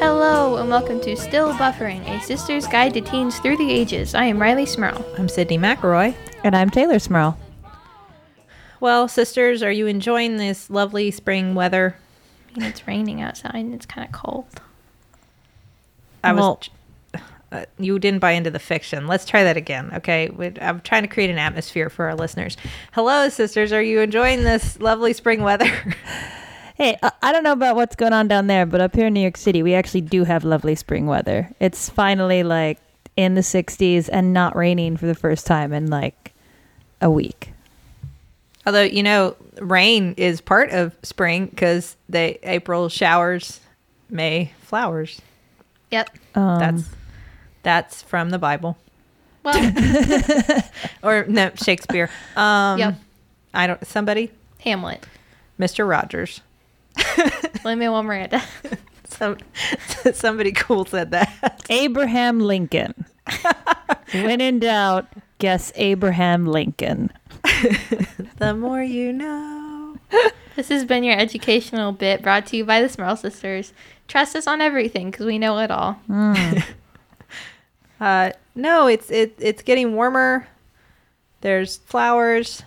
and welcome to Still Buffering, a sister's guide to teens through the ages. I am Riley Smurl. I'm Sydney McElroy. And I'm Taylor Smurl. Well, sisters, are you enjoying this lovely spring weather? It's raining outside and it's kind of cold. I was. Well- uh, you didn't buy into the fiction. Let's try that again, okay? We- I'm trying to create an atmosphere for our listeners. Hello, sisters. Are you enjoying this lovely spring weather? Hey, I- I don't know about what's going on down there, but up here in New York City, we actually do have lovely spring weather. It's finally like in the 60s and not raining for the first time in like a week. Although you know, rain is part of spring because they April showers, May flowers. Yep. Um, that's that's from the Bible Well, or no Shakespeare. Um, Yep. I don't. Somebody, Hamlet. Mister Rogers. Lin-Manuel Miranda. Some somebody cool said that. Abraham Lincoln. when in doubt, guess Abraham Lincoln. the more you know. This has been your educational bit brought to you by the Smurl Sisters. Trust us on everything because we know it all. Uh, no, it's it, it's getting warmer. There's flowers.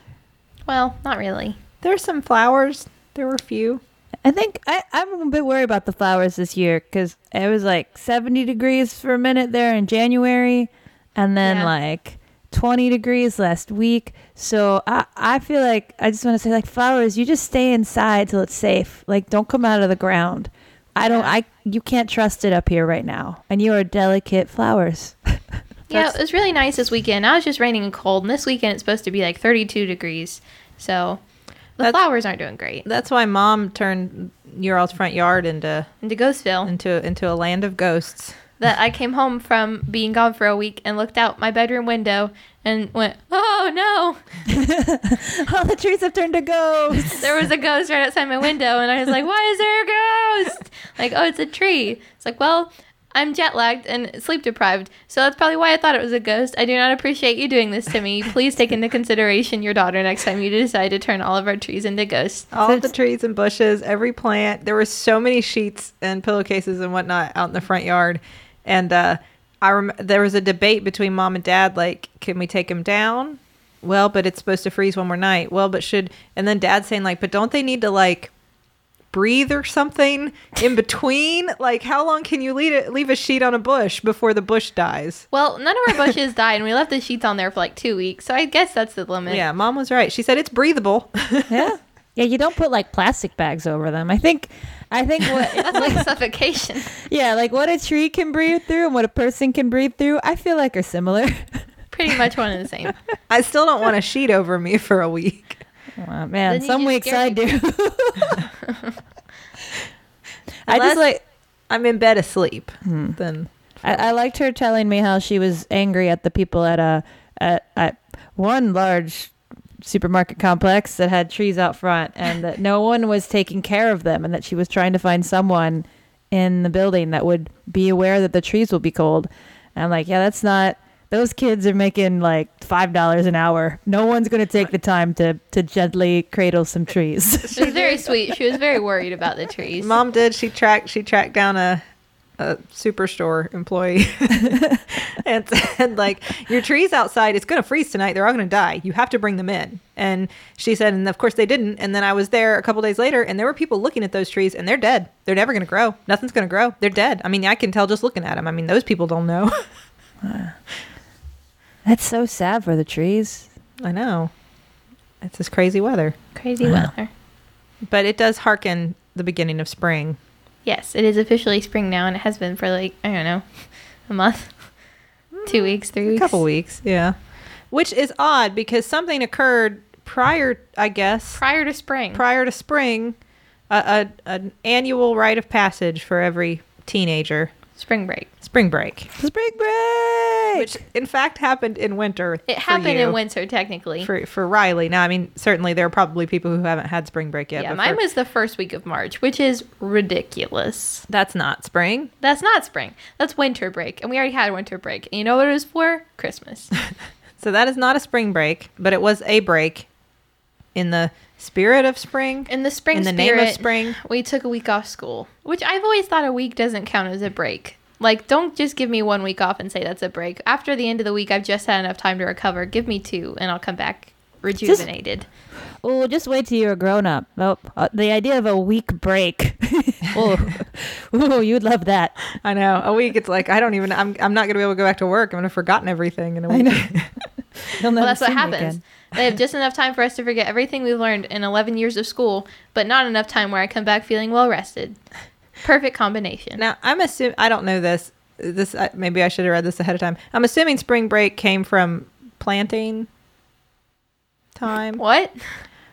Well, not really. There's some flowers. There were few. I think I, I'm a bit worried about the flowers this year because it was like 70 degrees for a minute there in January and then Yeah. like 20 degrees last week. So I, I feel like I just want to say, like, flowers, you just stay inside till it's safe. Like, don't come out of the ground. I don't, I, you can't trust it up here right now. And you are delicate flowers. yeah, it was really nice this weekend. I was just raining and cold, and this weekend it's supposed to be like 32 degrees. So the That's- flowers aren't doing great. That's why mom turned your all's front yard into Into Ghostville. into into a land of ghosts. that I came home from being gone for a week and looked out my bedroom window and went, "Oh no, All the trees have turned to ghosts. there was a ghost right outside my window." And I was like, "Why is there a ghost?" Like, "Oh, it's a tree." It's like, "Well, I'm jet lagged and sleep deprived, so that's probably why I thought it was a ghost." I do not appreciate you doing this to me. Please take into consideration your daughter next time you decide to turn all of our trees into ghosts. All the trees and bushes, every plant. There were so many sheets and pillowcases and whatnot out in the front yard, and uh, I rem- there was a debate between mom and dad. Like, can we take them down? Well, but it's supposed to freeze one more night. Well, but should and then dad saying like, but don't they need to like breathe or something in between? like, how long can you leave leave a sheet on a bush before the bush dies? Well, none of our bushes died, and we left the sheets on there for like two weeks, so I guess that's the limit. Yeah, mom was right. She said it's breathable. yeah. Yeah. You don't put like plastic bags over them. I think, I think what, That's like suffocation. Yeah, like what a tree can breathe through and what a person can breathe through, I feel like are similar. Pretty much one and the same. I still don't want a sheet over me for a week. oh, Then man, you some just weeks scare I do. I Unless just like I'm in bed asleep. Then I, I liked her telling me how she was angry at the people at a at, at one large supermarket complex that had trees out front and that no one was taking care of them and that she was trying to find someone in the building that would be aware that the trees will be cold. And I'm like, yeah, that's not those kids are making like five dollars an hour. No one's gonna take the time to to gently cradle some trees. She was very sweet. She was very worried about the trees. Mom did. She tracked. She tracked down a a superstore employee and said, "Like your trees outside, it's going to freeze tonight. They're all going to die. You have to bring them in." And she said, "And of course they didn't." And then I was there a couple days later, and there were people looking at those trees, and they're dead. They're never going to grow. Nothing's going to grow. They're dead. I mean, I can tell just looking at them. I mean, those people don't know. that's so sad for the trees. I know. It's this crazy weather, Crazy weather. but it does hearken the beginning of spring. Yes, it is officially spring now, and it has been for like I don't know, a month, two weeks, three weeks. Mm, A couple weeks, yeah. Which is odd because something occurred prior, I guess, prior to spring. prior to spring, a, a, an annual rite of passage for every teenager, spring break. spring break, Spring break which in fact happened in winter. It for happened you, in winter technically. for for Riley. Now, I mean, certainly there are probably people who haven't had spring break yet. yeah, but mine for- was the first week of March, which is ridiculous. that's not spring. That's not spring. That's winter break, and we already had winter break. And you know what it was for? Christmas. So that is not a spring break, but it was a break in the spirit of spring. In the spring In the name spirit, of spring. we took a week off school, which I've always thought a week doesn't count as a break. Like, don't just give me one week off and say that's a break. After the end of the week, I've just had enough time to recover. Give me two, and I'll come back rejuvenated. Oh, just wait till you're a grown up. Oh, uh, the idea of a week break. oh, ooh, you'd love that. I know. A week, it's like I don't even. I'm. I'm not gonna be able to go back to work. I'm gonna have forgotten everything in a week. You'll well, never that's what see me happens. again. They have just enough time for us to forget everything we've learned in 11 years of school, but not enough time where I come back feeling well rested. Perfect combination. Now I'm assuming. I don't know this. This I- maybe I should have read this ahead of time. I'm assuming spring break came from planting time. what?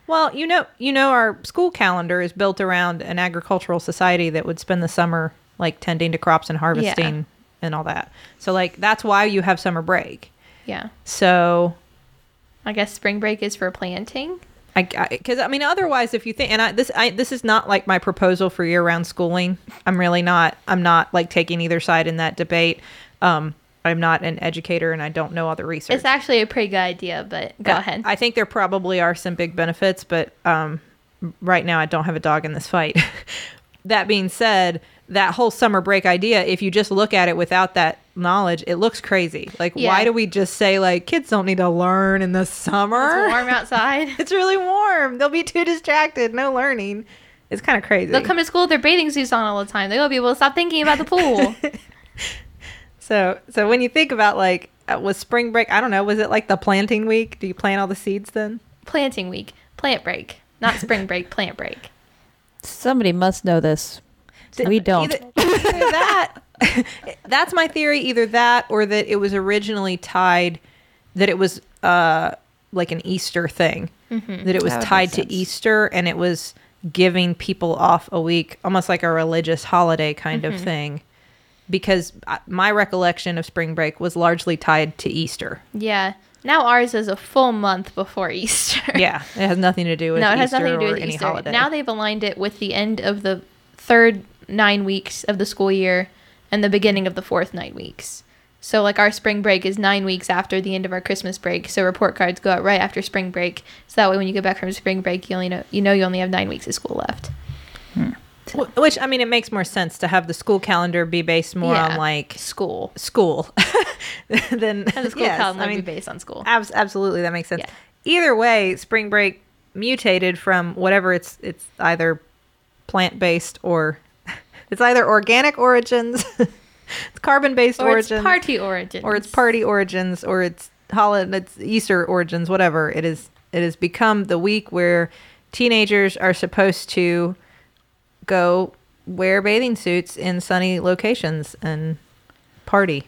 Well, you know, you know, our school calendar is built around an agricultural society that would spend the summer like tending to crops and harvesting and all that. So, like, that's why you have summer break. Yeah. So, I guess spring break is for planting. I because I, mean, otherwise, if you think, and I this I this is not like my proposal for year-round schooling. I'm really not. I'm not like taking either side in that debate. Um, I'm not an educator, and I don't know all the research. It's actually a pretty good idea, but go Yeah, ahead. I think there probably are some big benefits, but um, right now I don't have a dog in this fight. that being said, that whole summer break idea, if you just look at it without that knowledge, it looks crazy. Like, Yeah. why do we just say, like, kids don't need to learn in the summer? it's warm outside. It's really warm. They'll be too distracted. No learning. It's kind of crazy. They'll come to school with their bathing suits on all the time. They will be able to stop thinking about the pool. so, so when you think about like, uh, was spring break? I don't know. Was it like the planting week? Do you plant all the seeds then? Planting week, plant break, not spring break, plant break. Somebody must know this. Th- we don't. Either, either that. that's my theory. Either that, or that it was originally tied. That it was uh like an Easter thing. Mm-hmm. That it was That would tied make to sense. Easter, and it was giving people off a week, almost like a religious holiday kind Mm-hmm. of thing. Because I- my recollection of spring break was largely tied to Easter. Yeah. Now ours is a full month before Easter. Yeah, it has nothing to do with no, it has Easter nothing to do or with any Easter. holiday. Now they've aligned it with the end of the third nine weeks of the school year and the beginning of the fourth nine weeks. So, like, our spring break is nine weeks after the end of our Christmas break. So, report cards go out right after spring break. So that way, when you get back from spring break, you only know you know you only have nine weeks of school left. Wh- which I mean, it makes more sense to have the school calendar be based more on Yeah. like School. school then And the school yes, calendar I would mean, be based on school. abs- absolutely that makes sense. Yeah. Either way, spring break mutated from whatever it's it's either plant based or it's either organic origins, it's carbon based Or it's origins, party origin. or it's party origins, or it's holiday, it's Easter origins, whatever. It is it has become the week where teenagers are supposed to go wear bathing suits in sunny locations and party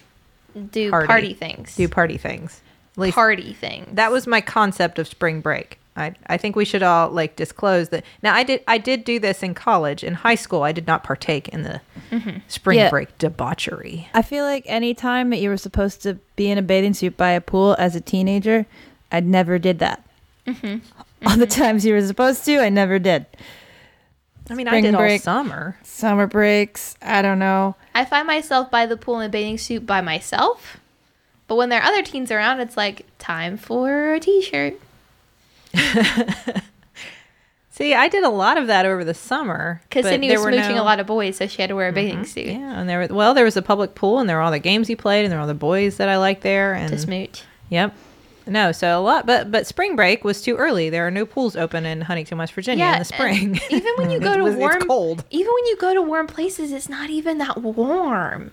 do party. party, things. do party things. At least party things. that was my concept of spring break. I I think we should all like disclose that. Now I did I did do this in college. In high school, I did not partake in the Mm-hmm. spring Yeah. break debauchery. I feel like any time that you were supposed to be in a bathing suit by a pool as a teenager, I never did that. Mm-hmm. All the times you were supposed to, I never did. I mean, I Spring did all break. summer. Summer breaks, I don't know. I find myself by the pool in a bathing suit by myself. But when there are other teens around, it's like time for a t-shirt. See, I did a lot of that over the summer Because but Sydney there was were smooching no- Mm-hmm. a lot of boys, so she had to wear a bathing suit Yeah, and there were well, there was a public pool, and there were all the games he played, and there were all the boys that I liked there, and to smooch. yep. No, so a lot, but but spring break was too early. There are no pools open in Huntington, West Virginia in the and spring. even when you go to It's- it's warm, cold. Even when you go to warm places, it's not even that warm.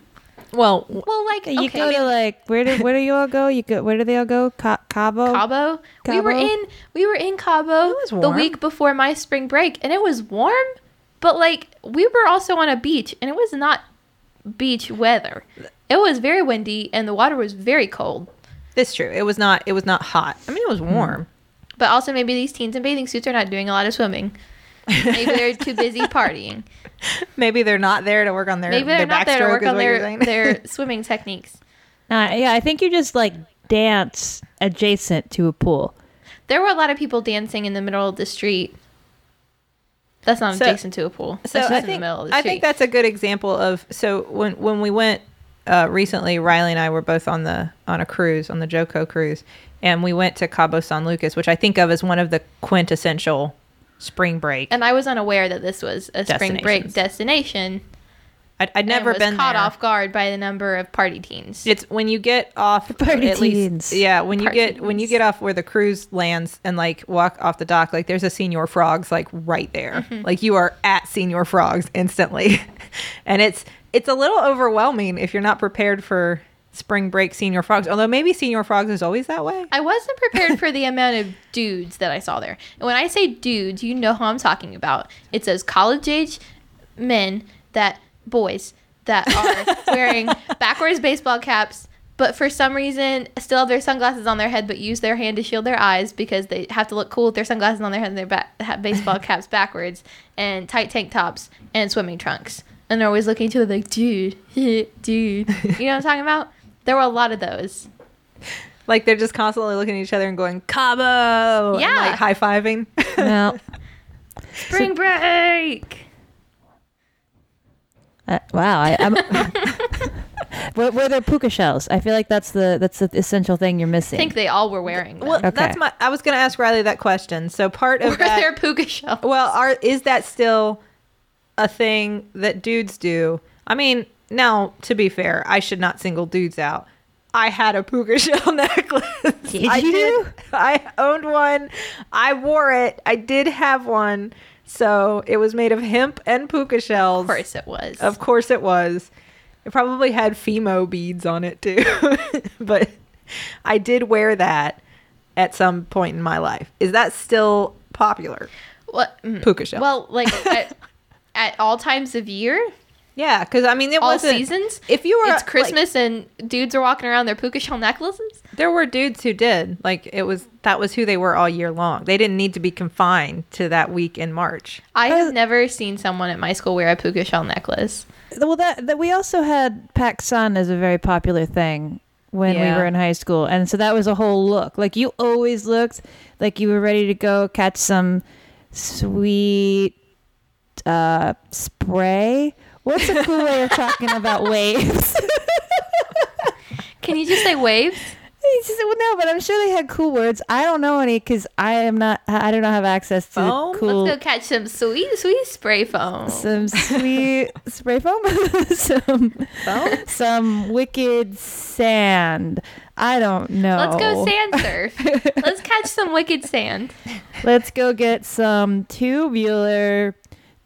well, Well, like You okay, go to like where do where do you all go? You go where do they all go? Ca- Cabo. Cabo. We were Cabo? in we were in Cabo was the warm. week before my spring break, and it was warm, but like we were also on a beach, and it was not beach weather. It was very windy, and the water was very cold. That's true. It was not. It was not hot. I mean, it was warm. But also, maybe these teens in bathing suits are not doing a lot of swimming. Maybe they're too busy partying. Maybe they're not there to work on their. Maybe they're their not there to backstroke work is on what you're their saying. their swimming techniques. Uh, yeah, I think you just like dance adjacent to a pool. There were a lot of people dancing in the middle of the street. That's not So- adjacent to a pool. so That's just I in the think, middle of the I street. think that's a good example of so when when we went uh, recently, Riley and I were both on the on a cruise on the Joco cruise, and we went to Cabo San Lucas, which I think of as one of the quintessential spring break. and I was unaware that this was a spring break Destinations. destination I'd, I'd never and was been caught there. off guard by the number of party teens. It's when you get off Party at least- teens. yeah, when you Party get when you teens. get off where the cruise lands and like walk off the dock, like there's a senior frogs like right there. Like you are at senior frogs instantly. and it's it's a little overwhelming if you're not prepared for spring break senior frogs. Although maybe senior frogs is always that way. I wasn't prepared for the amount of dudes that I saw there. And when I say dudes, you know who I'm talking about. It's those college age men that boys that are wearing backwards baseball caps, but for some reason still have their sunglasses on their head, but use their hand to shield their eyes because they have to look cool with their sunglasses on their head and their ba- ha- baseball caps backwards, and tight tank tops and swimming trunks. And they're always looking at each other like, dude, dude. You know what I'm talking about? There were a lot of those. Like they're just constantly looking at each other and going Cabo, and, Yeah. like high fiving. No. Spring break! Uh, wow, I, I'm. were, were there puka shells? I feel like that's the that's the essential thing you're missing. I think they all were wearing them. well, Okay. that's my. I was going to ask Riley that question. So part of Were that, there puka shells? Well, are is that still a thing that dudes do? I mean, now to be fair, I should not single dudes out. I had a puka shell necklace. Did I you? I owned one. I wore it. I did have one. So it was made of hemp and puka shells. Of course it was. Of course it was. It probably had Femo beads on it too. but I did wear that at some point in my life. Is that still popular? What- mm. Puka shell. Well, like at, at all times of year, Yeah, because I mean, it all wasn't seasons. If you were it's like, Christmas and dudes are walking around their puka shell necklaces. there were dudes who did like it was that was who they were all year long. They didn't need to be confined to that week in March. I I- have never seen someone at my school wear a puka shell necklace. well that that we also had Pac Sun as a very popular thing when Yeah. we were in high school, and so that was a whole look. Like you always looked like you were ready to go catch some sweet uh, spray. What's a cool way of talking about waves? Can you just say waves? It's just- well, no, but I'm sure they had cool words. I don't know any because I am not. I do not have access to Foam? cool. Let's go catch some sweet, sweet spray foam. some sweet spray foam, some Foam? some wicked sand. I don't know. Let's go sand surf. Let's catch some wicked sand. Let's go get some tubular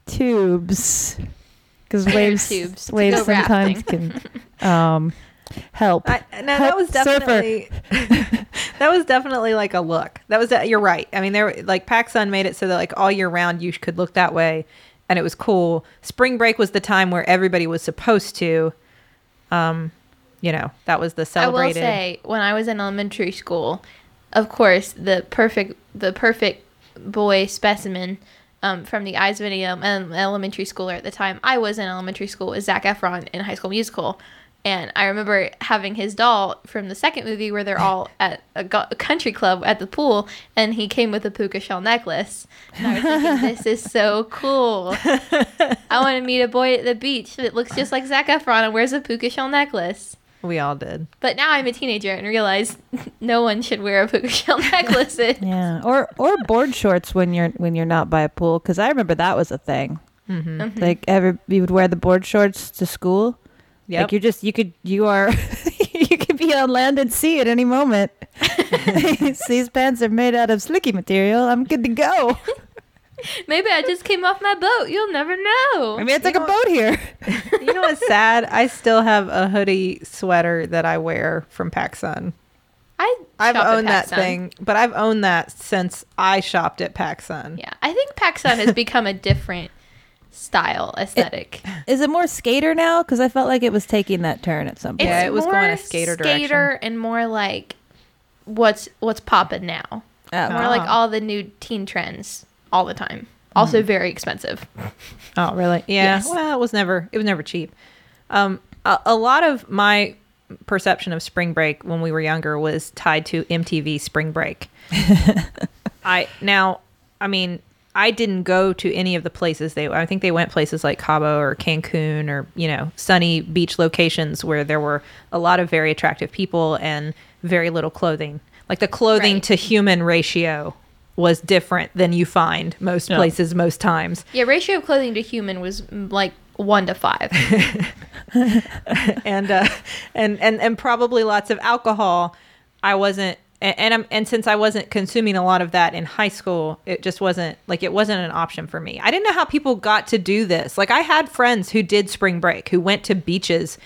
tubes because Air waves tubes to waves go sometimes can um, help. I, no, that Help, was surfer. definitely that was definitely like a look. That was de- you're right. I mean, there like PacSun made it so that like all year round you could look that way, and it was cool. Spring break was the time where everybody was supposed to, um, you know, that was the celebrated. I will say, when I was in elementary school, of course, the perfect the perfect boy specimen um, from the eyes of an ele- an elementary schooler at the time I was in elementary school was Zach Efron in High School Musical. And I remember having his doll from the second movie where they're all at a, go- a country club at the pool, and he came with a puka shell necklace. And I was thinking, this is so cool. I want to meet a boy at the beach that looks just like Zach Efron and wears a puka shell necklace. we all did. But now I'm a teenager and realize no one should wear a puka shell necklace. Yeah, or or board shorts when you're when you're not by a pool because I remember that was a thing. Mm-hmm. Mm-hmm. Like every you would wear the board shorts to school. Yep. Like you're just you could you are you could be on land and sea at any moment. These pants are made out of slicky material. I'm good to go. Maybe I just came off my boat. You'll never I know. mean, it's like a boat here. You know what's sad? I still have a hoodie sweater that I wear from PacSun. I I've shop at owned that PacSun. thing, but I've owned that since I shopped at PacSun. Yeah, I think PacSun has become a different style aesthetic. Is it more skater now? Because I felt like it was taking that turn at some point. Yeah, It's it was going more a skater direction. skater and more like what's what's popping now. Oh. More Ah. like all the new teen trends all the time. Mm. Also very expensive. Oh, really? Yeah. Yes. Well, it was never it was never cheap. Um, a, a lot of my perception of spring break when we were younger was tied to MTV Spring Break. I now, I mean, I didn't go to any of the places they. I think they went places like Cabo or Cancun or you know sunny beach locations where there were a lot of very attractive people and very little clothing. Like the clothing Right. to human ratio was different than you find most places most times. Yeah, ratio of clothing to human was mm, like one to five. and uh, and and and probably lots of alcohol. I wasn't, and and, I'm, and since I wasn't consuming a lot of that in high school, it just wasn't like it wasn't an option for me. I didn't know how people got to do this. Like I had friends who did spring break, who went to beaches.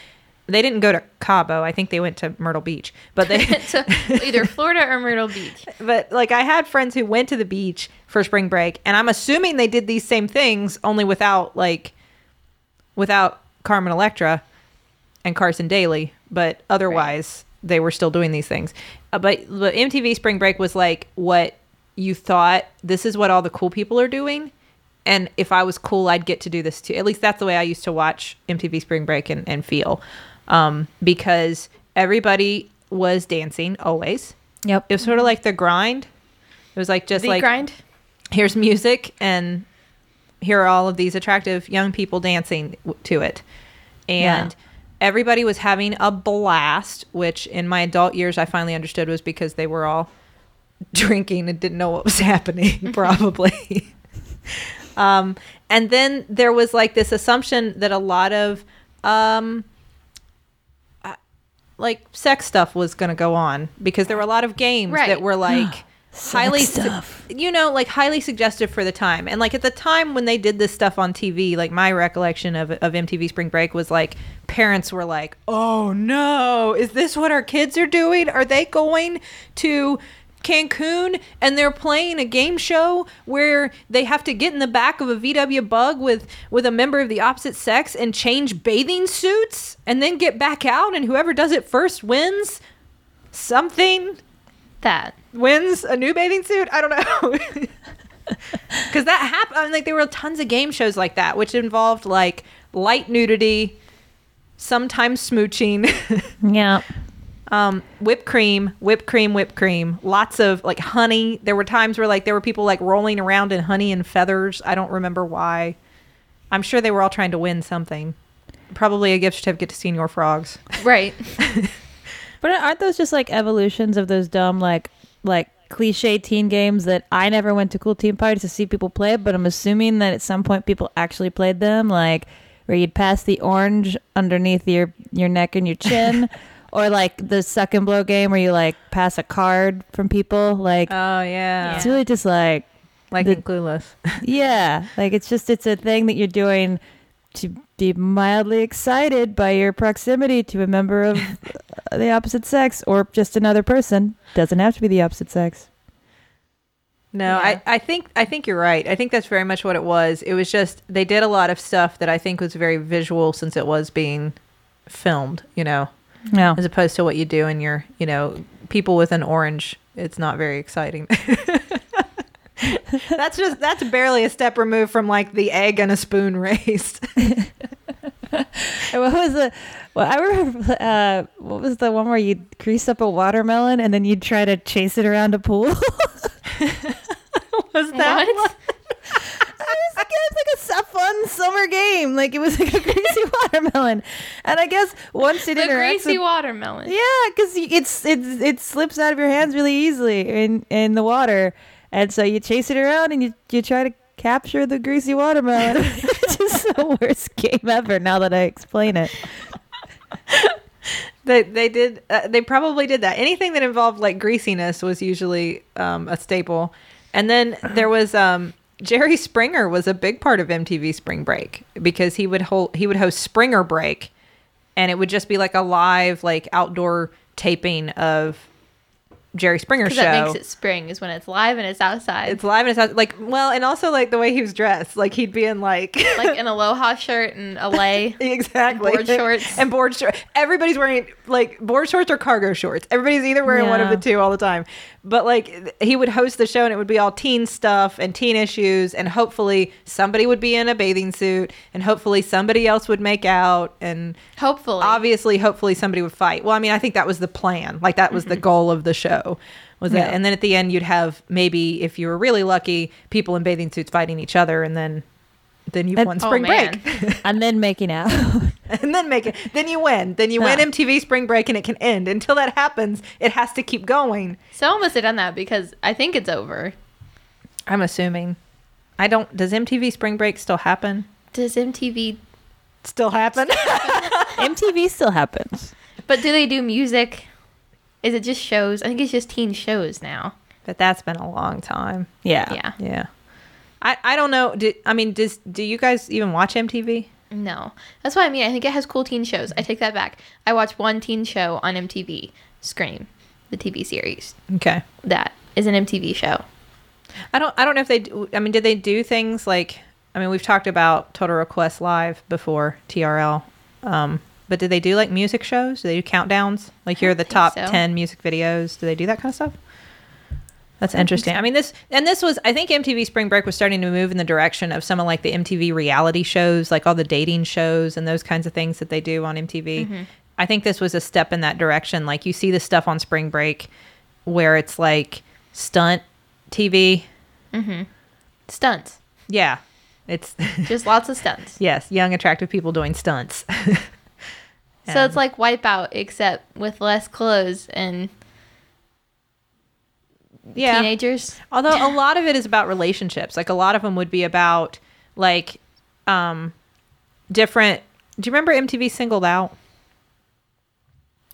They didn't go to Cabo. I think they went to Myrtle Beach, but they so either Florida or Myrtle Beach. but like I had friends who went to the beach for spring break, and I'm assuming they did these same things only without like without Carmen Electra and Carson Daly, but otherwise they were still doing these things. Uh, but the MTV Spring Break was like what you thought this is what all the cool people are doing. And if I was cool, I'd get to do this too. At least that's the way I used to watch MTV Spring Break and, and feel. Um, because everybody was dancing always Yep. it was sort of like the grind. It was like just The like grind. here's music and here are all of these attractive young people dancing w- to it. And everybody was having a blast, which in my adult years I finally understood was because they were all drinking and didn't know what was happening probably. um and then there was like this assumption that a lot of um uh, like sex stuff was going to go on because there were a lot of games Right. that were like highly Sex stuff. you know like highly suggestive for the time and like at the time when they did this stuff on tv like my recollection of, of mtv spring break was like parents were like oh no is this what our kids are doing are they going to cancun and they're playing a game show where they have to get in the back of a vw bug with with a member of the opposite sex and change bathing suits and then get back out and whoever does it first wins something That. wins a new bathing suit. I don't know. Because that happened. I mean, like there were tons of game shows like that, which involved like light nudity, sometimes smooching, Yeah. um, whipped cream, whipped cream, whipped cream, lots of like honey. There were times where like there were people like rolling around in honey and feathers. I don't remember why. I'm sure they were all trying to win something. Probably a gift certificate to Senior Frogs. Right. But aren't those just like evolutions of those dumb like like cliche teen games that I never went to cool teen parties to see people play, but I'm assuming that at some point people actually played them, like where you'd pass the orange underneath your your neck and your chin. Or like the suck and blow game where you like pass a card from people. Like Oh yeah, it's really just like like The- in Clueless. yeah like it's just it's a thing that you're doing to be mildly excited by your proximity to a member of uh, the opposite sex or just another person doesn't have to be the opposite sex No, Yeah. I, I think I think you're right. I think that's very much what it was. It was just they did a lot of stuff that I think was very visual since it was being filmed, you know, no as opposed to what you do in your, you know, people with an orange. It's not very exciting. that's just that's barely a step removed from like the egg and a spoon race. what was the well i remember uh what was the one where you grease up a watermelon and then you'd try to chase it around a pool was that what? I was like, it was like a su- fun summer game. Like it was like a greasy watermelon, and I guess once it The interacts greasy with- watermelon. Yeah, because it's it's it slips out of your hands really easily in in the water, and so you chase it around and you you try to capture the greasy watermelon. It's just the worst game ever. Now that I explain it, They they did uh, they probably did that. Anything that involved like greasiness was usually um, a staple. And then Uh-huh. there was um, Jerry Springer was a big part of MTV Spring Break because he would hold he would host Springer Break, and it would just be like a live like outdoor taping of Jerry Springer show. Because that makes it spring is when it's live and it's outside. it's live and it's out, like well, and also like the way he was dressed, like he'd be in like. like an aloha shirt and a lay. Exactly. Board shorts. And board shorts. Everybody's wearing like board shorts or cargo shorts. Everybody's either wearing one of Yeah. the two all the time. But like th- he would host the show and it would be all teen stuff and teen issues and hopefully somebody would be in a bathing suit and hopefully somebody else would make out and Hopefully. obviously hopefully somebody would fight. Well, I mean, I think that was the plan. Like that was Mm-hmm. the goal of the show. Was that Yeah. and then at the end you'd have maybe if you were really lucky people in bathing suits fighting each other and then then you've And- won Oh, spring man. break and then making out. and then make it. Then you win. Then you win Yeah. MTV Spring Break, and it can end. Until that happens, it has to keep going. Someone must have done that because I think it's over. I'm assuming. I don't. Does MTV Spring Break still happen? Does MTV still happen. MTV still happens. But do they do music? Is it just shows? I think it's just teen shows now. but that's been a long time. Yeah. Yeah. Yeah. I, I don't know. Do, I mean, does do you guys even watch MTV? No. That's what I mean. I think it has cool teen shows. I take that back. I watched one teen show on MTV, Scream, the TV series. Okay. That is an MTV show. I don't I don't know if they do, I mean, did they do things like I mean, we've talked about Total Request Live before TRL. Um, but did they do like music shows? Do they do countdowns? Like here are the think top so. 10 music videos. Do they do that kind of stuff? That's interesting. I mean, this and this was I think MTV Spring Break was starting to move in the direction of some of like the MTV reality shows, like all the dating shows and those kinds of things that they do on MTV. Mm-hmm. I think this was a step in that direction. Like you see the stuff on Spring Break where it's like stunt TV. Stunts. Yeah. It's Just lots of stunts. yes, young attractive people doing stunts. So it's like Wipeout, except with less clothes and yeah. teenagers. Although a lot of it is about relationships. Like a lot of them would be about like um different Do you remember MTV singled out?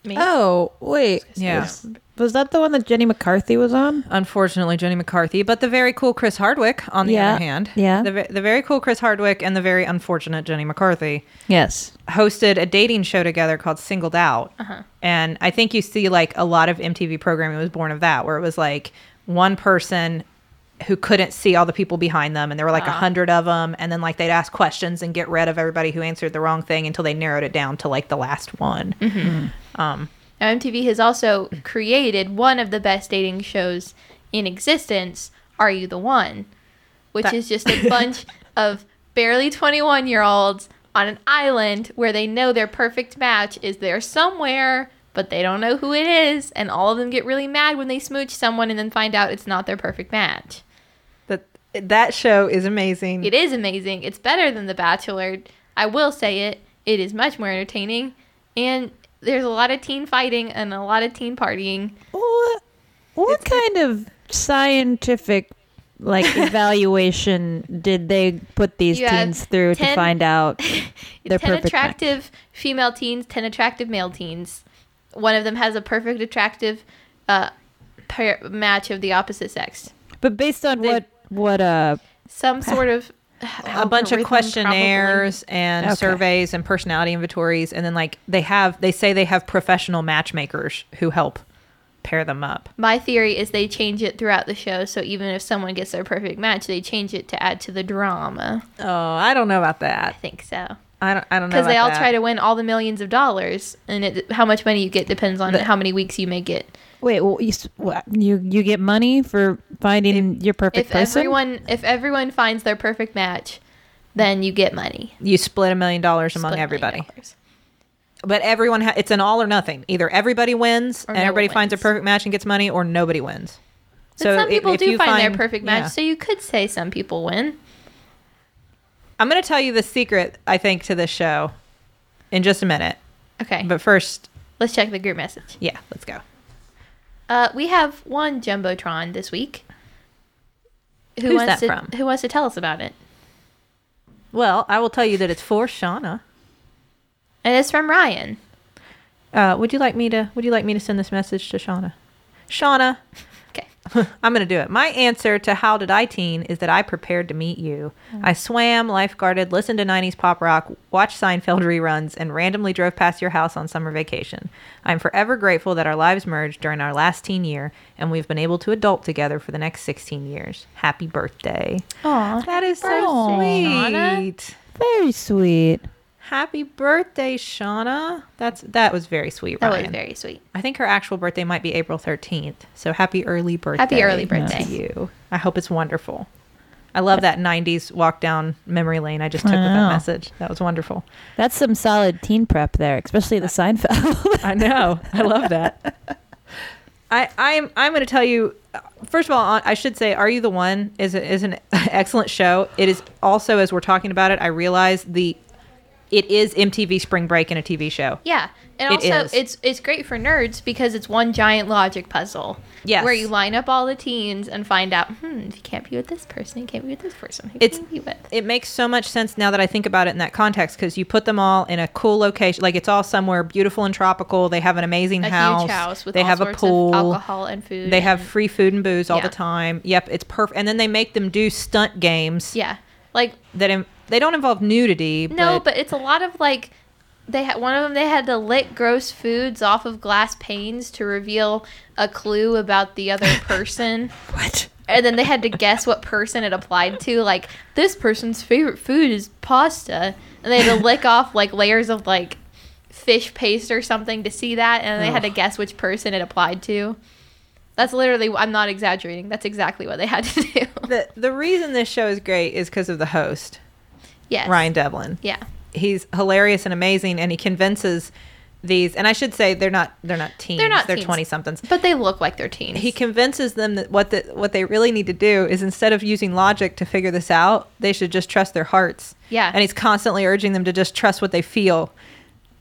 Me. Oh wait, Yeah. was that the one that Jenny McCarthy was on? Unfortunately, Jenny McCarthy, but the very cool Chris Hardwick on the Yeah. other hand. Yeah. The, ve- the very cool Chris Hardwick and the very unfortunate Jenny McCarthy. Yes. hosted a dating show together called Singled Out. Uh-huh. And I think you see like a lot of MTV programming was born of that, where it was like one person who couldn't see all the people behind them and there were like a hundred of them and then like they'd ask questions and get rid of everybody who answered the wrong thing until they narrowed it down to like the last one Mm-hmm. Now, MTV has also created one of the best dating shows in existence, Are You the One? Which is just a bunch of barely 21 year olds on an island where they know their perfect match is there somewhere, but they don't know who it is. And all of them get really mad when they smooch someone and then find out it's not their perfect match. but that show is amazing It is amazing. It's better than The Bachelor. I will say it. It is much more entertaining. And there's a lot of teen fighting and a lot of teen partying. What what kind of scientific like evaluation did they put these You have teens through to 10 find out their 10 perfect match? attractive female teens, 10 attractive male teens. One of them has a perfect attractive uh, pair match of the opposite sex. But based on what what uh Some sort of a bunch of algorithm, questionnaires and Okay. surveys and personality inventories and then like they have they say they have professional matchmakers who help pair them up probably. My theory is they change it throughout the show, so even if someone gets their perfect match, they change it to add to the drama. oh i don't know about that I think so. I don't, I don't know. Because they about all that. try to win all the millions of dollars, and it, how much money you get depends on how many weeks you may get. wait, well, you, s- what- you you get money for finding your perfect If person? everyone if everyone finds their perfect match, then you get money You split a million dollars among Split a million everybody, dollars. but everyone. Ha- it's an all or nothing. Either everybody wins Or no and one everybody finds a wins. perfect match and gets money, or nobody wins. But some i- people if do you find, their perfect match, yeah. so you could say some people win. I'm going to tell you the secret. I think to this show in just a minute, Okay, but first, let's check the group message. yeah, let's go. Uh, we have one jumbotron this week. Who Who's wants that to, from? Who wants to tell us about it? Well, I will tell you that it's for Shauna. And it's from Ryan. Uh, would you like me to? Would you like me to send this message to Shauna? Shauna, Okay, I'm going to do it. My answer to How Did I Teen is that I prepared to meet you. I swam, lifeguarded, listened to 90s pop rock, watched Seinfeld reruns, and randomly drove past your house on summer vacation. I'm forever grateful that our lives merged during our last teen year and we've been able to adult together for the next 16 years. Happy birthday. Aw, That is so birthday, Shauna. sweet. Very sweet. Happy birthday, Shauna. That's that was very sweet, that Ryan. was very sweet. I think her actual birthday might be April 13th. So happy early birthday. early birthday. To you. I hope it's wonderful. I love that 90s walk down memory lane I just took with Wow. that message. That was wonderful. That's some solid teen prep there, especially the Seinfeld. I know. I love that. I, I'm I'm going to tell you. First of all, I should say, "Are You the One" is a, is an excellent show. It is also, as we're talking about it, I realize the it is MTV Spring Break in a TV show. Yeah, and It also is. it's it's great for nerds because it's one giant logic puzzle. Yes. where you line up all the teams and find out, hmm, if you can't be with this person, you can't be with this person. Who It's- can you be with? It makes so much sense now that I think about it in that context because you put them all in a cool location, like it's all somewhere beautiful and tropical. They have an amazing A house. huge house with they all have a sorts pool. of alcohol and food. They have and- free food and booze all Yeah. the time. Yep, it's perfect. And then they make them do stunt games yeah, like that Im- they don't involve nudity. no, but it's a lot of like they had one of them. They had to lick gross foods off of glass panes to reveal a clue about the other person. What? and then they had to guess what person it applied to. Like this person's favorite food is pasta, and they had to lick off like layers of like fish paste or something to see that, and they had to guess which person it applied to. That's literally. I'm not exaggerating. That's exactly what they had to do. the the reason this show is great is because of the host yes. Ryan Devlin. Yeah. He's hilarious and amazing, and he convinces these. And I should say they're not they're not teens. They're not They're teens. twenty somethings. But they look like they're teens. He convinces them that what the, what they really need to do is instead of using logic to figure this out, they should just trust their hearts. Yeah. And he's constantly urging them to just trust what they feel.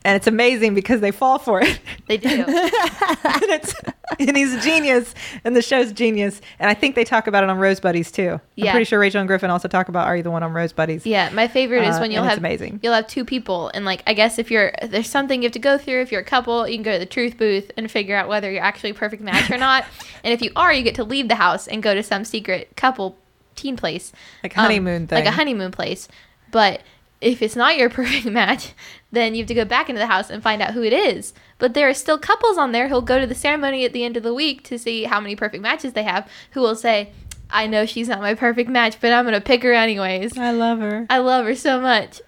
And it's amazing because they fall for it. they do. and, it's, and he's a genius, and the show's genius. And I think they talk about it on Rose Buddies too. Yeah. I'm pretty sure Rachel and Griffin also talk about Are You the One on Rose Buddies. Yeah, my favorite is Uh, when you'll and it's have amazing. you'll have two people, and like I guess if you're there's something you have to go through. If you're a couple, you can go to the truth booth and figure out whether you're actually a perfect match or not. and if you are, you get to leave the house and go to some secret couple teen place, Like Um, honeymoon thing. like a honeymoon place. But if it's not your perfect match, then you have to go back into the house and find out who it is. But there are still couples on there who'll go to the ceremony at the end of the week to see how many perfect matches they have. Who will say, "I know she's not my perfect match, but I'm gonna pick her anyways." I love her. I love her so much.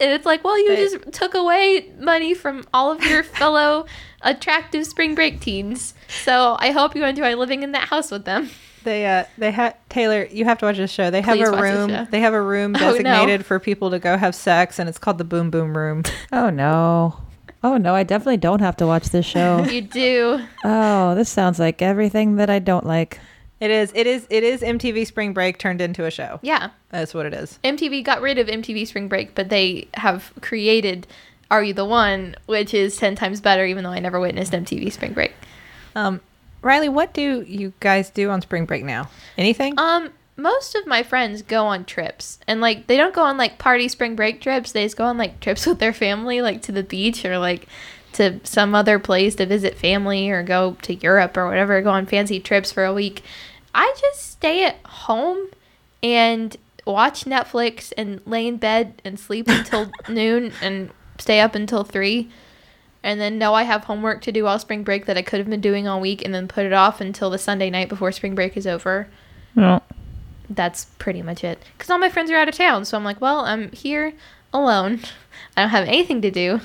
And it's like, well, you But- just took away money from all of your fellow attractive spring break teens. So I hope you enjoy living in that house with them. They uh they had Taylor, you have to watch this show. They have Please a watch this room show. they have a room Oh, no. designated for people to go have sex and it's called the Boom Boom Room. Oh no. Oh no, I definitely don't have to watch this show. You do. oh, this sounds like everything that I don't like. It is it is it is MTV Spring Break turned into a show. Yeah. That's what it is. MTV got rid of MTV Spring Break, but they have created Are You the One, which is 10 times better, even though I never witnessed MTV Spring Break. Um Riley, what do you guys do on spring break now? Anything? Um, most of my friends go on trips, and like they don't go on like party spring break trips. They just go on like trips with their family, like to the beach or like to some other place to visit family or go to Europe or whatever. Go on fancy trips for a week. I just stay at home and watch Netflix and lay in bed and sleep until noon and stay up until three. And then know I have homework to do all spring break that I could have been doing all week and then put it off until the Sunday night before spring break is over No. that's pretty much it. Because all my friends are out of town, so I'm like, well, I'm here alone. I don't have anything to do.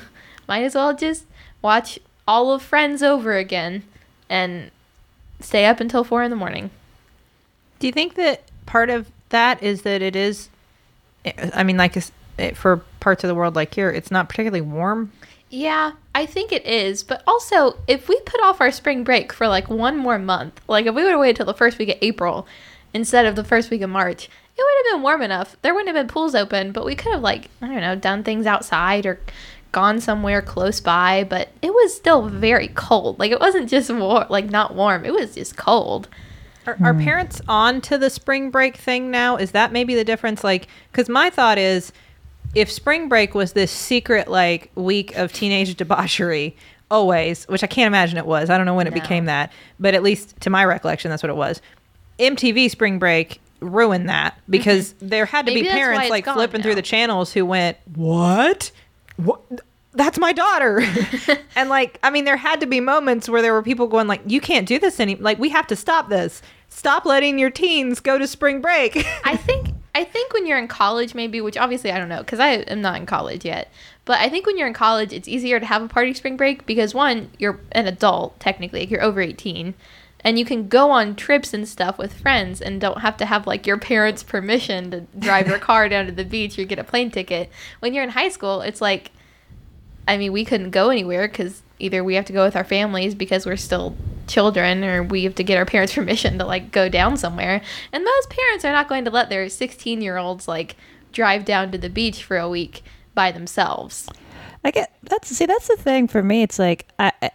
Might as well just watch all of Friends over again and stay up until four in the morning. Do you think that part of that is that it is, I mean, like it's- it, for parts of the world like here, it's not particularly warm? Yeah, I think it is. But also, if we put off our spring break for like one more month, like if we would have waited till the first week of April instead of the first week of March, it would have been warm enough. There wouldn't have been pools open, but we could have, like, I don't know, done things outside or gone somewhere close by. But it was still very cold. Like, it wasn't just war- like not warm, it was just cold. Are, are Hmm. parents on to the spring break thing now? Is that maybe the difference? Like, because my thought is if spring break was this secret, like, week of teenage debauchery, always, which I can't imagine it was. I don't know when it No. became that, but at least to my recollection, that's what it was. MTV spring break ruined that because there had to Mm-hmm. Maybe be that's why parents it's like gone flipping through now. the channels who went, What? What? That's my daughter. and like, I mean, there had to be moments where there were people going like, you can't do this any like we have to stop this. Stop letting your teens go to spring break. I think I think when you're in college, maybe, which obviously I don't know, because I am not in college yet. But I think when you're in college, it's easier to have a party spring break because one, you're an adult technically, like you're over 18, and you can go on trips and stuff with friends and don't have to have like your parents' permission to drive your car down to the beach or get a plane ticket. When you're in high school, it's like, I mean, we couldn't go anywhere because either we have to go with our families because we're still children or we have to get our parents' permission to like go down somewhere. And most parents are not going to let their 16 year olds like drive down to the beach for a week by themselves. I get that's see that's the thing for me. It's like I I-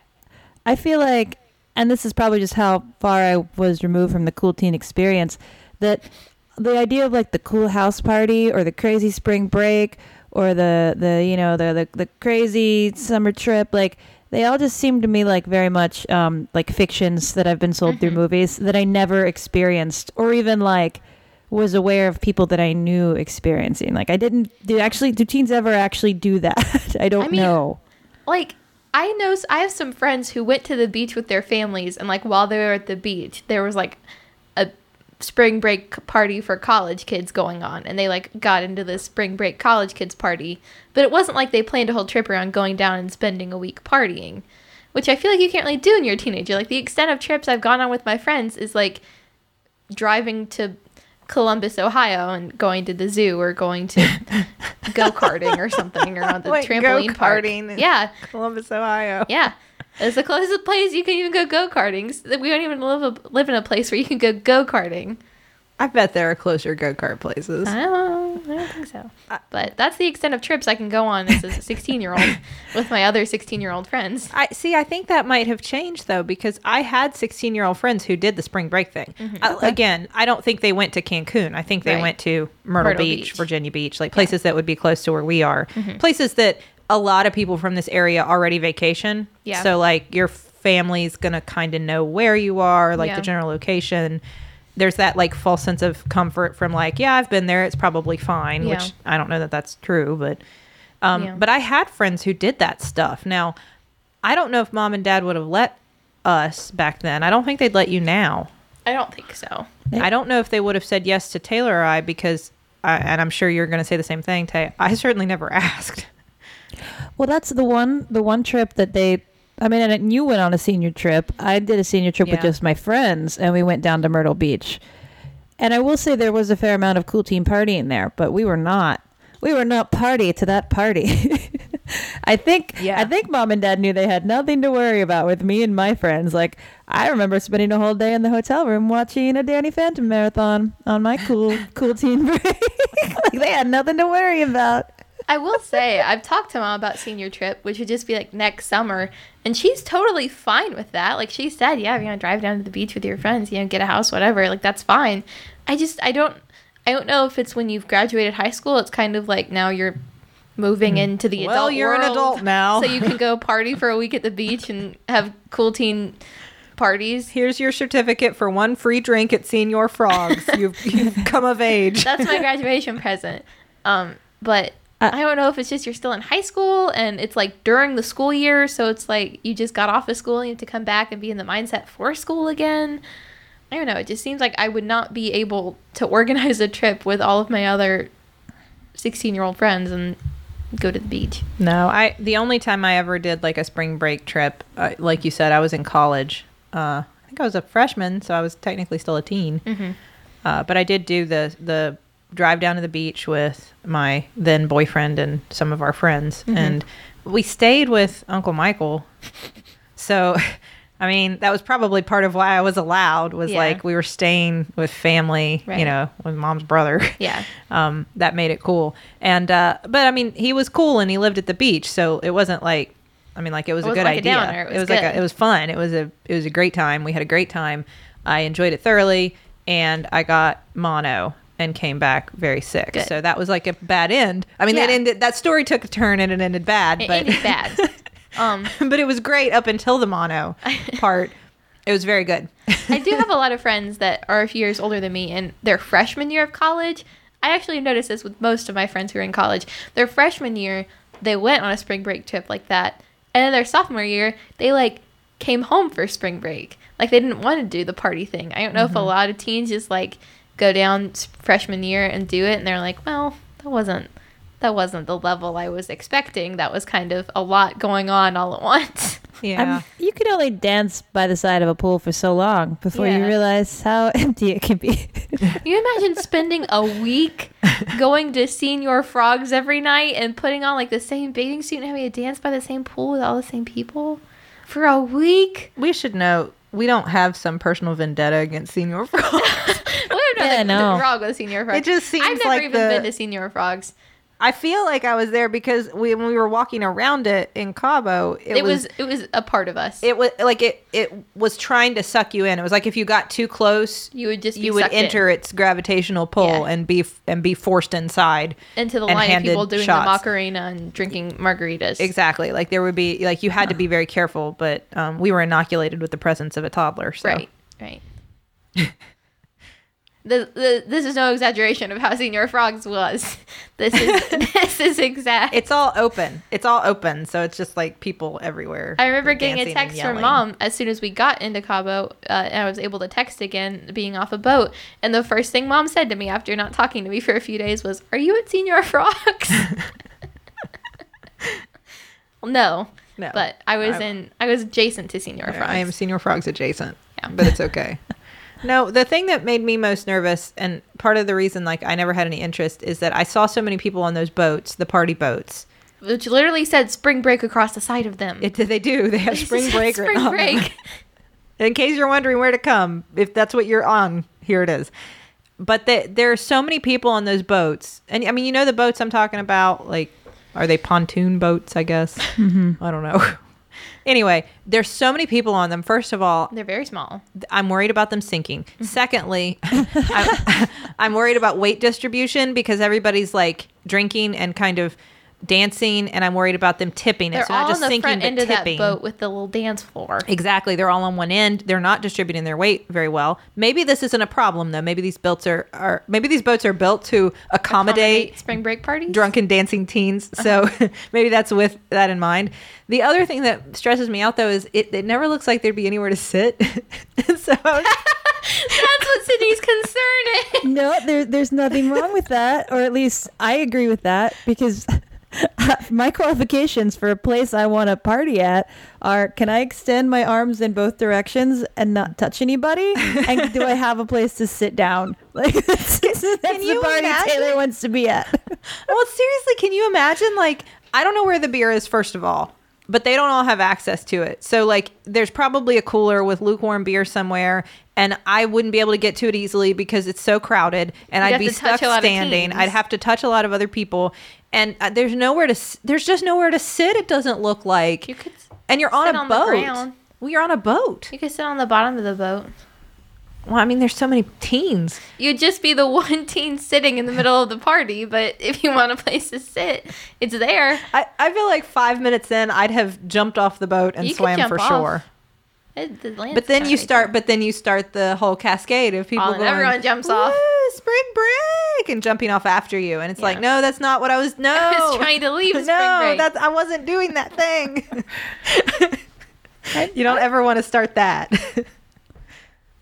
I feel like, and this is probably just how far I was removed from the cool teen experience. That the idea of like the cool house party or the crazy spring break or the the you know the the, the crazy summer trip like. They all just seem to me like very much um, like fictions that I've been sold through Mm-hmm. movies that I never experienced or even like was aware of people that I knew experiencing. Like I didn't do actually do teens ever actually do that? I don't I mean, know. Like I know s- I have some friends who went to the beach with their families and like while they were at the beach, there was like a spring break c- party for college kids going on and they like got into this spring break college kids party, but it wasn't like they planned a whole trip around going down and spending a week partying, which I feel like you can't really do when you're a teenager. Like the extent of trips I've gone on with my friends is like driving to Columbus, Ohio, and going to the zoo or going to go karting or something or on the Wait, trampoline park. go-karting in Yeah, Columbus, Ohio. yeah. It's the closest place you can even go go karting. We don't even live a, live in a place where you can go go karting. I bet there are closer go kart places. I don't, I don't think so. But that's the extent of trips I can go on as a 16 year old with my other 16 year old friends. I see. I think that might have changed though, because I had sixteen-year-old friends who did the spring break thing. I- again, I don't think they went to Cancun. I think they Mm-hmm. Right. went to Myrtle, Myrtle Beach, Beach. Mm-hmm. Virginia Beach, like places that would be close to where we are, places that a lot of people from this area already vacation. Yeah. So like your family's gonna kind of know where you are, like Yeah. the general location. There's that like false sense of comfort from like, yeah, I've been there. It's probably fine. Yeah. Which I don't know that that's true, but um, Yeah. But I had friends who did that stuff. Now, I don't know if mom and dad would have let us back then. I don't think they'd let you now. I don't think so. I don't know if they would have said yes to Taylor or I because, I, and I'm sure you're going to say the same thing, Tay. I certainly never asked. Well, that's the one the one trip that they. I mean, and you went on a senior trip. I did a senior trip with Yeah. just my friends, and we went down to Myrtle Beach. And I will say there was a fair amount of cool teen partying there, but we were not. We were not party to that party. I think Yeah. I think mom and dad knew they had nothing to worry about with me and my friends. Like I remember spending a whole day in the hotel room watching a Danny Phantom marathon on my cool cool teen break. like they had nothing to worry about. I will say, I've talked to mom about senior trip, which would just be like next summer, and she's totally fine with that. Like she said, yeah, if you want to drive down to the beach with your friends, you know, get a house, whatever, like that's fine. I just, I don't, I don't know if it's when you've graduated high school, it's kind of like now you're moving into the Mm. Well, adult you're an world, adult now. so you can go party for a week at the beach and have cool teen parties. Here's your certificate for one free drink at Senior Frogs. You've, you've come of age. That's my graduation present. Um, but Uh, I don't know if it's just you're still in high school and it's like during the school year, so it's like you just got off of school and you have to come back and be in the mindset for school again. I don't know. It just seems like I would not be able to organize a trip with all of my other 16 year old friends and go to the beach. No, I the only time I ever did like a spring break trip, uh, like you said, I was in college. Uh, I think I was a freshman, so I was technically still a teen. Mm-hmm. Uh, but I did do the the drive down to the beach with my then boyfriend and some of our friends, Mm-hmm. and we stayed with Uncle Michael. So, I mean, that was probably part of why I was allowed was Yeah. like we were staying with family, Right. you know, with mom's brother Yeah. um, that made it cool. And uh, but I mean, he was cool and he lived at the beach, so it wasn't like I mean, like it was It a wasn't good like a idea. downer, it was like a, good. it was fun. It was a it was a great time. We had a great time. I enjoyed it thoroughly, and I got mono and came back very sick. Good. So that was like a bad end. I mean, that Yeah. ended that story took a turn and it ended bad. It but ended bad. Um, but it was great up until the mono part. It was very good. I do have a lot of friends that are a few years older than me, and their freshman year of college, I actually noticed this with most of my friends who are in college. Their freshman year, they went on a spring break trip like that, and then their sophomore year, they like came home for spring break. Like they didn't want to do the party thing. I don't know if a lot of teens just like go down s- freshman year and do it, and they're like, well, that wasn't that wasn't the level I was expecting. That was kind of a lot going on all at once. Yeah. I'm- you can only dance by the side of a pool for so long before you Yeah. realize how empty it can be. Can you imagine spending a week going to senior frogs every night and putting on like the same bathing suit and having a dance by the same pool with all the same people for a week? we should know we don't have some personal vendetta against senior frogs. Well, I don't know Yeah, yeah, no. wrong with senior frogs. just seems I've never like even the- been to senior frogs. I feel like I was there because we, when we were walking around it in Cabo, It, was, it was a part of us. it was like it it was trying to suck you in. It was like if you got too close, you would just be you would sucked in enter its gravitational pull Yeah. and be and be forced inside. into the and line of handed people doing shots. the macarena and drinking margaritas. Exactly. Like there would be like you had to be very careful, but um, we were inoculated with the presence of a toddler. So. Right. Right. the, the this is no exaggeration of how Senior Frogs was. This is this is exact. It's all open. It's all open. So it's just like people everywhere. I remember They're getting a dancing and text from yelling. mom as soon as we got into Cabo, uh, and I was able to text again, being off a boat. And the first thing mom said to me after not talking to me for a few days was, "Are you at Senior Frogs?" no, No. but I was I- in. I was adjacent to Senior Frogs. I am senior frogs adjacent, Yeah. but it's okay. no, the thing that made me most nervous, and part of the reason like I never had any interest, is that I saw so many people on those boats, the party boats. which literally said "spring break" across the side of them. It they do. They have spring break. Spring written on them. break. In case you're wondering where to come, if that's what you're on, here it is. But the, there are so many people on those boats, and I mean, you know the boats I'm talking about. Like, are they pontoon boats? I guess. Mm-hmm. I don't know. anyway, there's so many people on them. First of all, They're very small. I'm worried about them sinking. Mm-hmm. Secondly, I'm, I'm worried about weight distribution because everybody's like drinking and kind of dancing, and I'm worried about them tipping They're it. So all not on just the sinking, front but end of tipping. that boat with the little dance floor. Exactly. They're all on one end. They're not distributing their weight very well. Maybe this isn't a problem though. Maybe these boats are, are maybe these boats are built to accommodate, Accommodate Uh-huh. spring break parties. drunken dancing teens. So maybe that's with that in mind. The other thing that stresses me out though is it, it never looks like there'd be anywhere to sit. so I was- That's what Sydney's concern is. No, there, there's nothing wrong with that, or at least I agree with that because my qualifications for a place I want to party at are: can I extend my arms in both directions and not touch anybody, and do I have a place to sit down? Like that's, that's the you party imagine? Taylor wants to be at. well, seriously, can you imagine? Like, I don't know where the beer is, first of all, but they don't all have access to it. So, like, there's probably a cooler with lukewarm beer somewhere, and I wouldn't be able to get to it easily because it's so crowded, and You'd I'd have be to touch stuck a lot of standing. teams. I'd have to touch a lot of other people, and uh, there's nowhere to. s- There's just nowhere to sit. It doesn't look like. You could s- and you're on sit a on the boat. ground. Well, you're on a boat. you could sit on the bottom of the boat. Well, I mean, there's so many teens. You'd just be the one teen sitting in the middle of the party, but if you want a place to sit, it's there. I, I feel like five minutes in, I'd have jumped off the boat and You could swam jump for off. shore. It- the land's But then not you right start. there. But then you start the whole cascade of people. All- Oh, and going, everyone jumps off. "Woo, Spring break and jumping off after you, and it's like, no, that's not what I was. No, I was trying to leave "Oh, no, spring break. that's I wasn't doing that thing. you don't ever want to start that.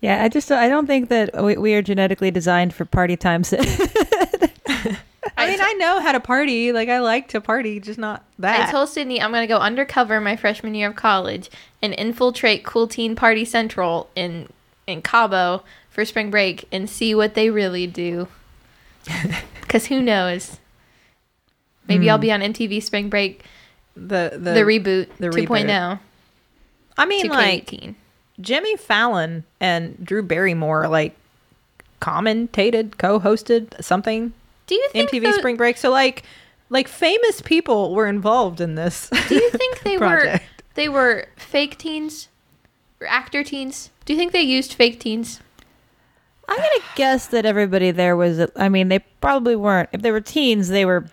Yeah, I just I don't think that we, we are genetically designed for party time. sit- I mean, I know how to party. Like I like to party, just not that. I told Sydney I'm going to go undercover my freshman year of college and infiltrate Cool Teen Party Central in in Cabo for spring break and see what they really do. Cuz who knows? Maybe I'll be on MTV Spring Break the Hmm. the, the, reboot oh, the 2.0 I mean, like 2K18. Jimmy Fallon and Drew Barrymore, like commentated, co-hosted something Do you think MTV tho- Spring Break. So like like famous people were involved in this. Do you think they were project. they were fake teens or actor teens? Do you think they used fake teens? I'm gonna guess that everybody there was. I mean, they probably weren't. If they were teens, they were,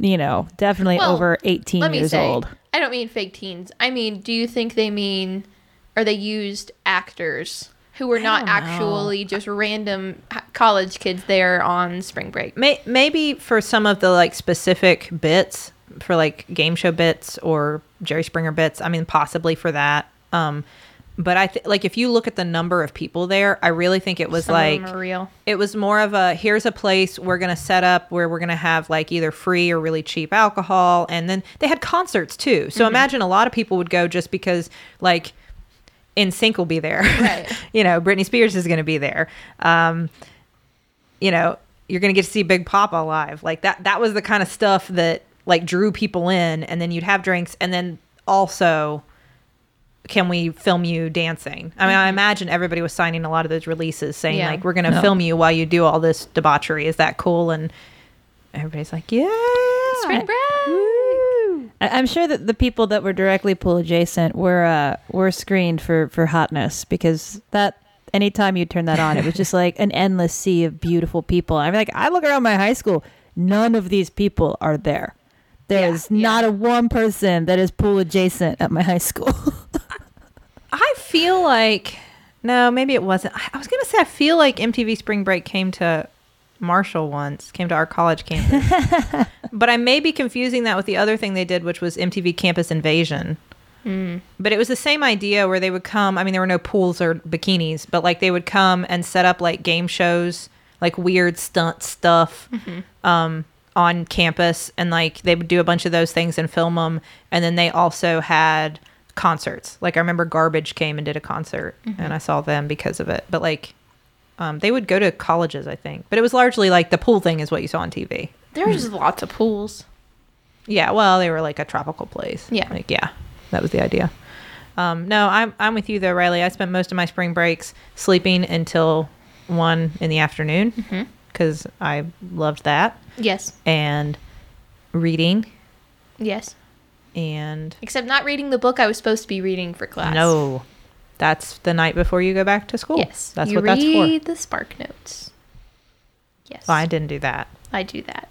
you know, definitely Well, over 18 years old. I don't mean fake teens. I mean, do you think they mean, or they used actors who were not don't know. actually just random h- college kids there on spring break? May- maybe for some of the like specific bits for like game show bits or Jerry Springer bits, I mean possibly for that. Um but I think like if you look at the number of people there, I really think it was Some like of them are real. it was more of a here's a place we're going to set up where we're going to have like either free or really cheap alcohol and then they had concerts too so imagine a lot of people would go just because like in sync will be there Right. you know britney spears is going to be there um you know you're going to get to see big papa live like that that was the kind of stuff that like drew people in and then you'd have drinks and then also can we film you dancing? I mean, I imagine everybody was signing a lot of those releases saying Yeah. like, "We're going to film you while you do all this debauchery. Is that cool?" And everybody's like, "Yeah." spring break. Woo. I- I'm sure that the people that were directly pool adjacent were uh, were screened for for hotness because that anytime you turn that on, it was just like an endless sea of beautiful people. I'm like, I look around my high school, none of these people are there. Yeah, There's yeah. not a one person that is pool adjacent at my high school. I feel like no, maybe it wasn't. I I was gonna say I feel like MTV Spring Break came to Marshall once, came to our college campus, but I may be confusing that with the other thing they did, which was MTV Campus Invasion. But it was the same idea where they would come. I mean, there were no pools or bikinis, but like they would come and set up like game shows, like weird stunt stuff um, on campus. And like they would do a bunch of those things and film them. And then they also had concerts. Like I remember Garbage came and did a concert and I saw them because of it. But like um, they would go to colleges, I think. But it was largely like the pool thing is what you saw on TV. There were just lots of pools. Yeah, well, they were like a tropical place. Yeah. like yeah, that was the idea. Um, no, I'm I'm with you though, Riley. I spent most of my spring breaks sleeping until one in the afternoon because I loved that Yes, and reading yes. and Except not reading the book I was supposed to be reading for class. no, that's the night before you go back to school. Yes, that's you what that's for. read the spark notes. Yes, Well, I didn't do that. I do that.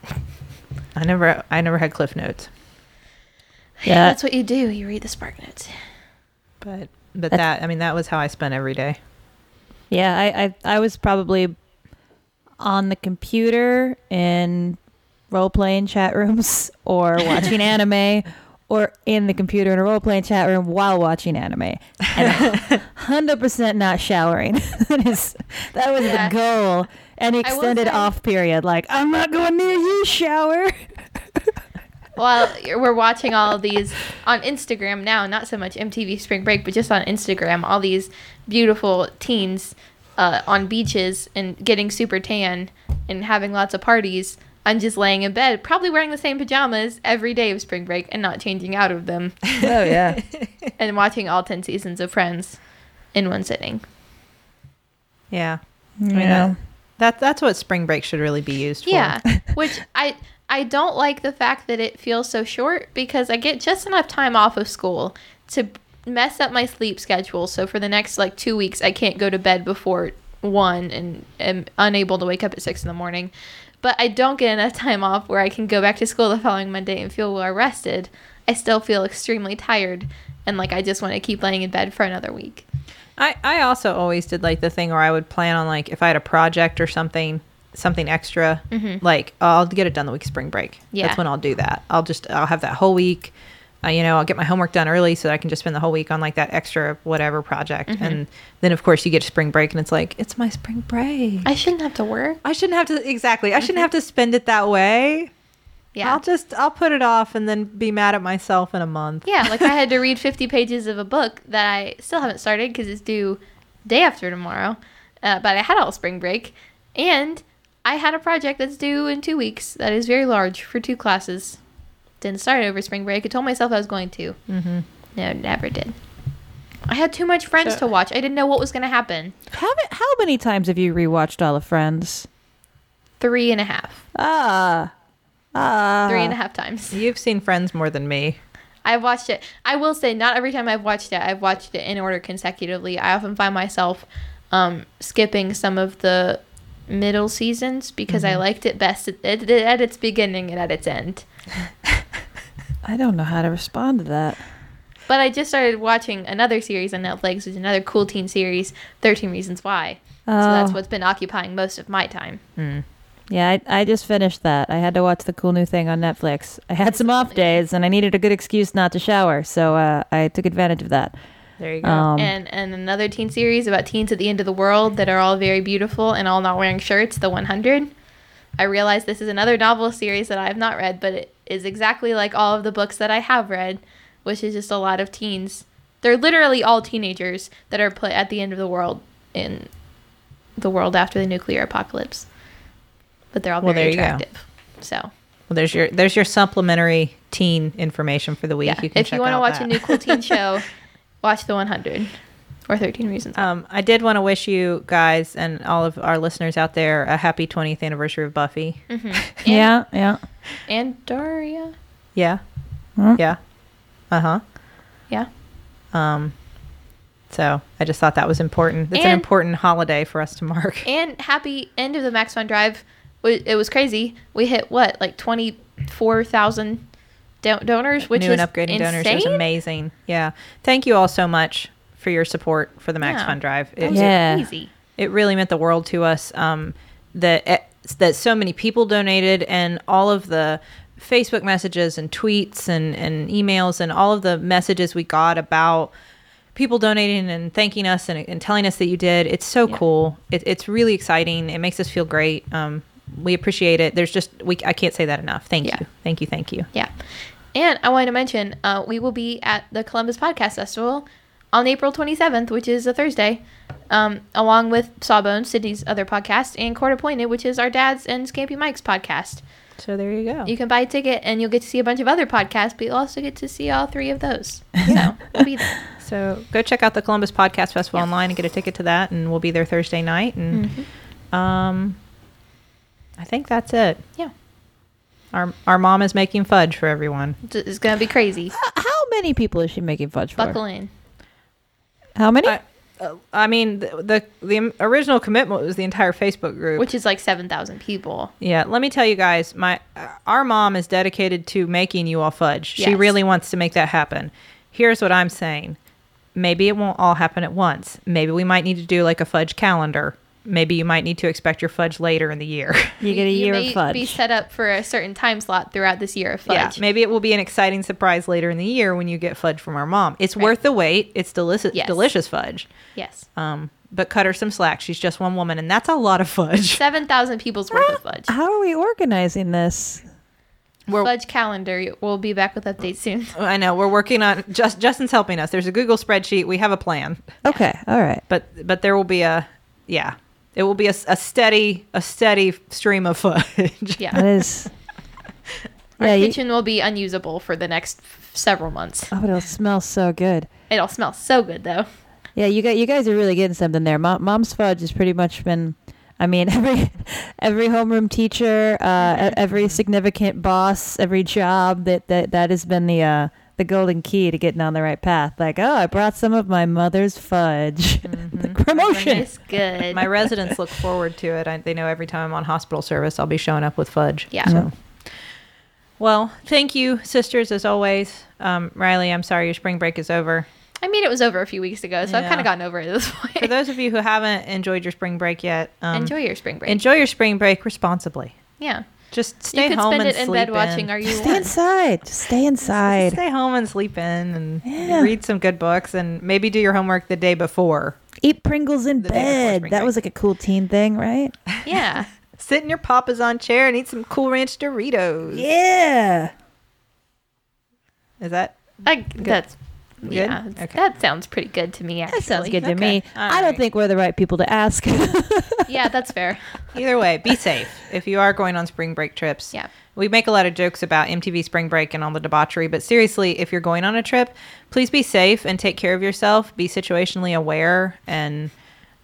I never I never had cliff notes, Yeah. that's what you do. You read the spark notes. but but That's- that I mean that was how I spent every day. Yeah, I, I I was probably on the computer in role playing chat rooms or watching anime or in the computer in a role playing chat room while watching anime. Hundred percent not showering. that is that was Yeah. the goal. An will extended say- off period. Like I'm not going near you, shower. Well, we're watching all of these on Instagram now, not so much MTV Spring Break, but just on Instagram, all these beautiful teens uh, on beaches and getting super tan and having lots of parties. I'm just laying in bed, probably wearing the same pajamas every day of spring break and not changing out of them, Oh yeah. and watching all 10 seasons of Friends in one sitting. Yeah, You I mean, know. that that's what spring break should really be used for. Yeah, which I I don't like the fact that it feels so short because I get just enough time off of school to mess up my sleep schedule. So for the next like two weeks, I can't go to bed before one and am unable to wake up at six in the morning. But I don't get enough time off where I can go back to school the following Monday and feel well rested. I still feel extremely tired and like I just want to keep laying in bed for another week. I, I also always did like the thing where I would plan on like if I had a project or something something extra like I'll get it done the week of spring break. Mm-hmm. Yeah. That's when I'll do that. I'll just I'll have that whole week. Uh, you know, I'll get my homework done early so that I can just spend the whole week on like that extra whatever project. Mm-hmm. And then of course you get to spring break and it's like it's my spring break. I shouldn't have to work. I shouldn't have to exactly. I shouldn't have to spend it that way. Mm-hmm. Yeah. I'll just I'll put it off and then be mad at myself in a month. Yeah, like I had to read 50 pages of a book that I still haven't started because it's due day after tomorrow. Uh, but I had all spring break. And I had a project that's due in two weeks that is very large for two classes. Didn't start over spring break. I told myself I was going to. Mm-hmm. No, never did. I had too much Friends So- to watch. I didn't know what was going to happen. How ma- how many times have you rewatched all of Friends? Three and a half, Ah. Ah. three and a half times. You've seen friends more than me. I've watched it. I will say, not every time I've watched it, I've watched it in order consecutively. I often find myself um, skipping some of the middle seasons because I liked it best at, at, at its beginning and at its end. I don't know how to respond to that. But I just started watching another series on Netflix, which is another cool teen series, 13 Reasons Why. So that's Oh. what's been occupying most of my time. Yeah, I, I just finished that. I had to watch the cool new thing on Netflix. I had some off days and I needed a good excuse not to shower, so uh, I took advantage of that. There you go. Um, and, and another teen series about teens at the end of the world that are all very beautiful and all not wearing shirts, The 100. I realize this is another novel series that I have not read, but it is exactly like all of the books that I have read, which is just a lot of teens. They're literally all teenagers that are put at the end of the world in the world after the nuclear apocalypse. But they're all Well, very there you go. attractive. So, Well, there's your there's your supplementary teen information for the week. yeah. You can if you want to watch a that. new cool teen show, watch The 100. or 13 reasons. Why. Um, I did want to wish you guys and all of our listeners out there a happy 20th anniversary of Buffy. Mhm. And, Yeah, yeah. And Daria. Yeah. Mm. Yeah. Uh Yeah. huh. Um, so I just thought that was important. It's an And- important holiday for us to mark. And happy end of the Max Fun Drive. Wa- It was crazy. We hit what, like 24,000 don- donors, which New is and upgrading insane? donors is amazing. Yeah. Thank you all so much for your support for the Max Yeah. Fun Drive. It, That was Yeah. crazy. it really meant the world to us um, that eh, that so many people donated and all of the Facebook messages and tweets and, and emails and all of the messages we got about people donating and thanking us and, and telling us that you did. It's so Yeah. cool. It, it's really exciting. It makes us feel great. Um, we appreciate it. There's just we I can't say that enough. Thank Yeah. you. Thank you. Thank you. Yeah. And I wanted to mention uh, we will be at the Columbus Podcast Festival on April 27th, which is a Thursday, um, along with Sawbones, Sydney's other podcast, and Court Appointed, which is our dad's and Scampy Mike's podcast. So there you go. You can buy a ticket and you'll get to see a bunch of other podcasts, but you'll also get to see all three of those. So we'll be there. So go check out the Columbus Podcast Festival online and get a ticket to that, and we'll be there Thursday night. And um, I think that's it. Yeah. Our our mom is making fudge for everyone. It's- It's going to be crazy. How many people is she making fudge for? Buckle in. How many? I, uh, I mean, the, the the original commitment was the entire Facebook group. Which is like 7,000 people. yeah, let me tell you guys, my uh, our mom is dedicated to making you all fudge. She Yes. really wants to make that happen. Here's what I'm saying. Maybe it won't all happen at once. Maybe we might need to do like a fudge calendar. Maybe you might need to expect your fudge later in the year. you get a year may of fudge. be set up for a certain time slot throughout this year of fudge. Yeah, maybe it will be an exciting surprise later in the year when you get fudge from our mom. It's worth the wait. It's delicious, Yes. delicious fudge. yes. Um, but cut her some slack. She's just one woman, and that's a lot of fudge. 7,000 people's worth of fudge. How are we organizing this? We're, Fudge calendar. We'll be back with updates soon. I know we're working on. Just Justin's helping us. There's a Google spreadsheet. We have a plan, Okay, all right. but but there will be a yeah. It will be a, s- a steady a steady stream of fudge. Yeah. That is. Our Uh, yeah, you, kitchen will be unusable for the next f- several months. oh, it'll smell so good. It'll smell so good though. Yeah, you got you guys are really getting something there. Mom, Mom's fudge has pretty much been. I mean, every every homeroom teacher, uh, e- Mm-hmm. every significant boss, every job that that, that has been the uh, the golden key to getting on the right path. Like, oh, I brought some of my mother's fudge. Mm-hmm. Like, Promotion. It's good. My residents look forward to it. I, they know every time I'm on hospital service, I'll be showing up with fudge. yeah. Well, thank you, sisters, as always. Um, Riley, I'm sorry your spring break is over. I mean, it was over a few weeks ago, so I've Yeah. kind of gotten over it at this For point. those of you who haven't enjoyed your spring break yet, um, enjoy your spring break. enjoy your spring break responsibly. yeah. Just stay You could home spend and it in sleep bed watching Are You Stay One? inside. Just stay inside. Stay home and sleep in, and Yeah. read some good books, and maybe do your homework the day before. Eat Pringles in The day before bed. spring That break. was like a cool teen thing, right? Yeah. Sit in your papa's on chair and eat some Cool Ranch Doritos. Yeah. Is that I, that's yeah. Okay. That sounds pretty good to me. Actually. That sounds good to Okay. me. All I don't right. think we're the right people to ask. yeah, that's fair. Either way, be safe if you are going on spring break trips. Yeah. We make a lot of jokes about MTV spring break and all the debauchery, but seriously, if you're going on a trip, please be safe and take care of yourself. Be situationally aware and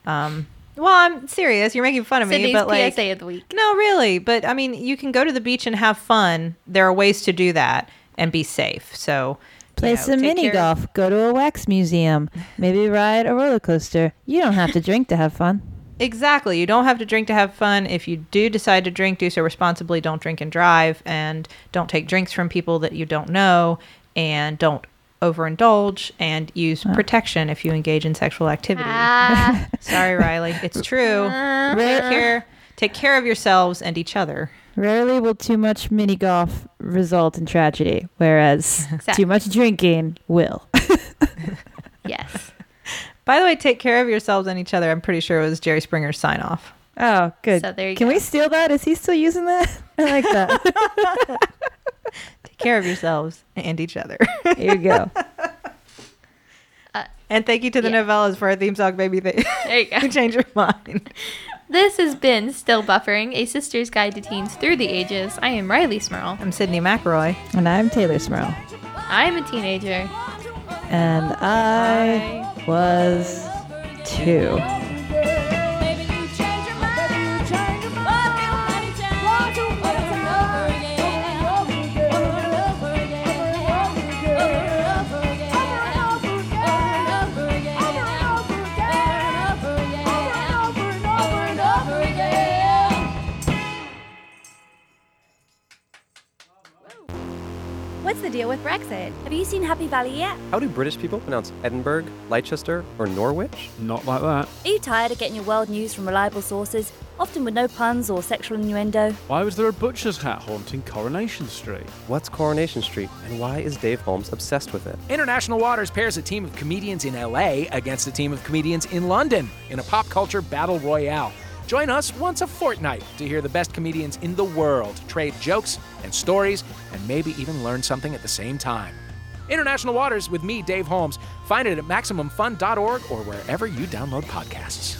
um well, I'm serious. You're making fun of me, Sydney's but like PSA of the week. No, really, but I mean, you can go to the beach and have fun. There are ways to do that and be safe. So you Play know, some take mini care- golf. Go to a wax museum. Maybe ride a roller coaster. You don't have to drink to have fun. Exactly. You don't have to drink to have fun. If you do decide to drink, do so responsibly. Don't drink and drive, and don't take drinks from people that you don't know, and don't overindulge, and use protection if you engage in sexual activity. Ah. Sorry, Riley. It's true. take care. Take care of yourselves and each other. Rarely will too much mini golf result in tragedy, whereas Exactly. too much drinking will. yes. By the way, take care of yourselves and each other. I'm pretty sure it was Jerry Springer's sign off. Oh, good. So there you Can go. we steal that? Is he still using that? I like that. Take care of yourselves and each other. Here you go. and thank you to the Yeah. novellas for our theme song, Baby. They- There you go. you change your mind. This has been Still Buffering, a sister's guide to teens through the ages. I am Riley Smurl. I'm Sydney McRoy. And I'm Taylor Smurl. I'm a teenager. And I was two. Maybe you change your mind. Maybe you change your mind. Over and over again. Over and over again. Over and over again. Over and over again. What's the deal with Brexit? Have you seen Happy Valley yet? How do British people pronounce Edinburgh, Leicester, or Norwich? Not like Are that. you tired of getting your world news from reliable sources, often with no puns or sexual innuendo? Why was there a butcher's hat haunting Coronation Street? What's Coronation Street, and why is Dave Holmes obsessed with it? International Waters pairs a team of comedians in LA against a team of comedians in London in a pop culture battle royale. Join us once a fortnight to hear the best comedians in the world trade jokes and stories and maybe even learn something at the same time. International Waters with me, Dave Holmes. Find it at MaximumFun.org or wherever you download podcasts.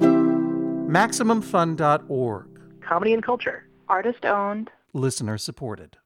MaximumFun.org. comedy and culture, artist owned. Listener supported.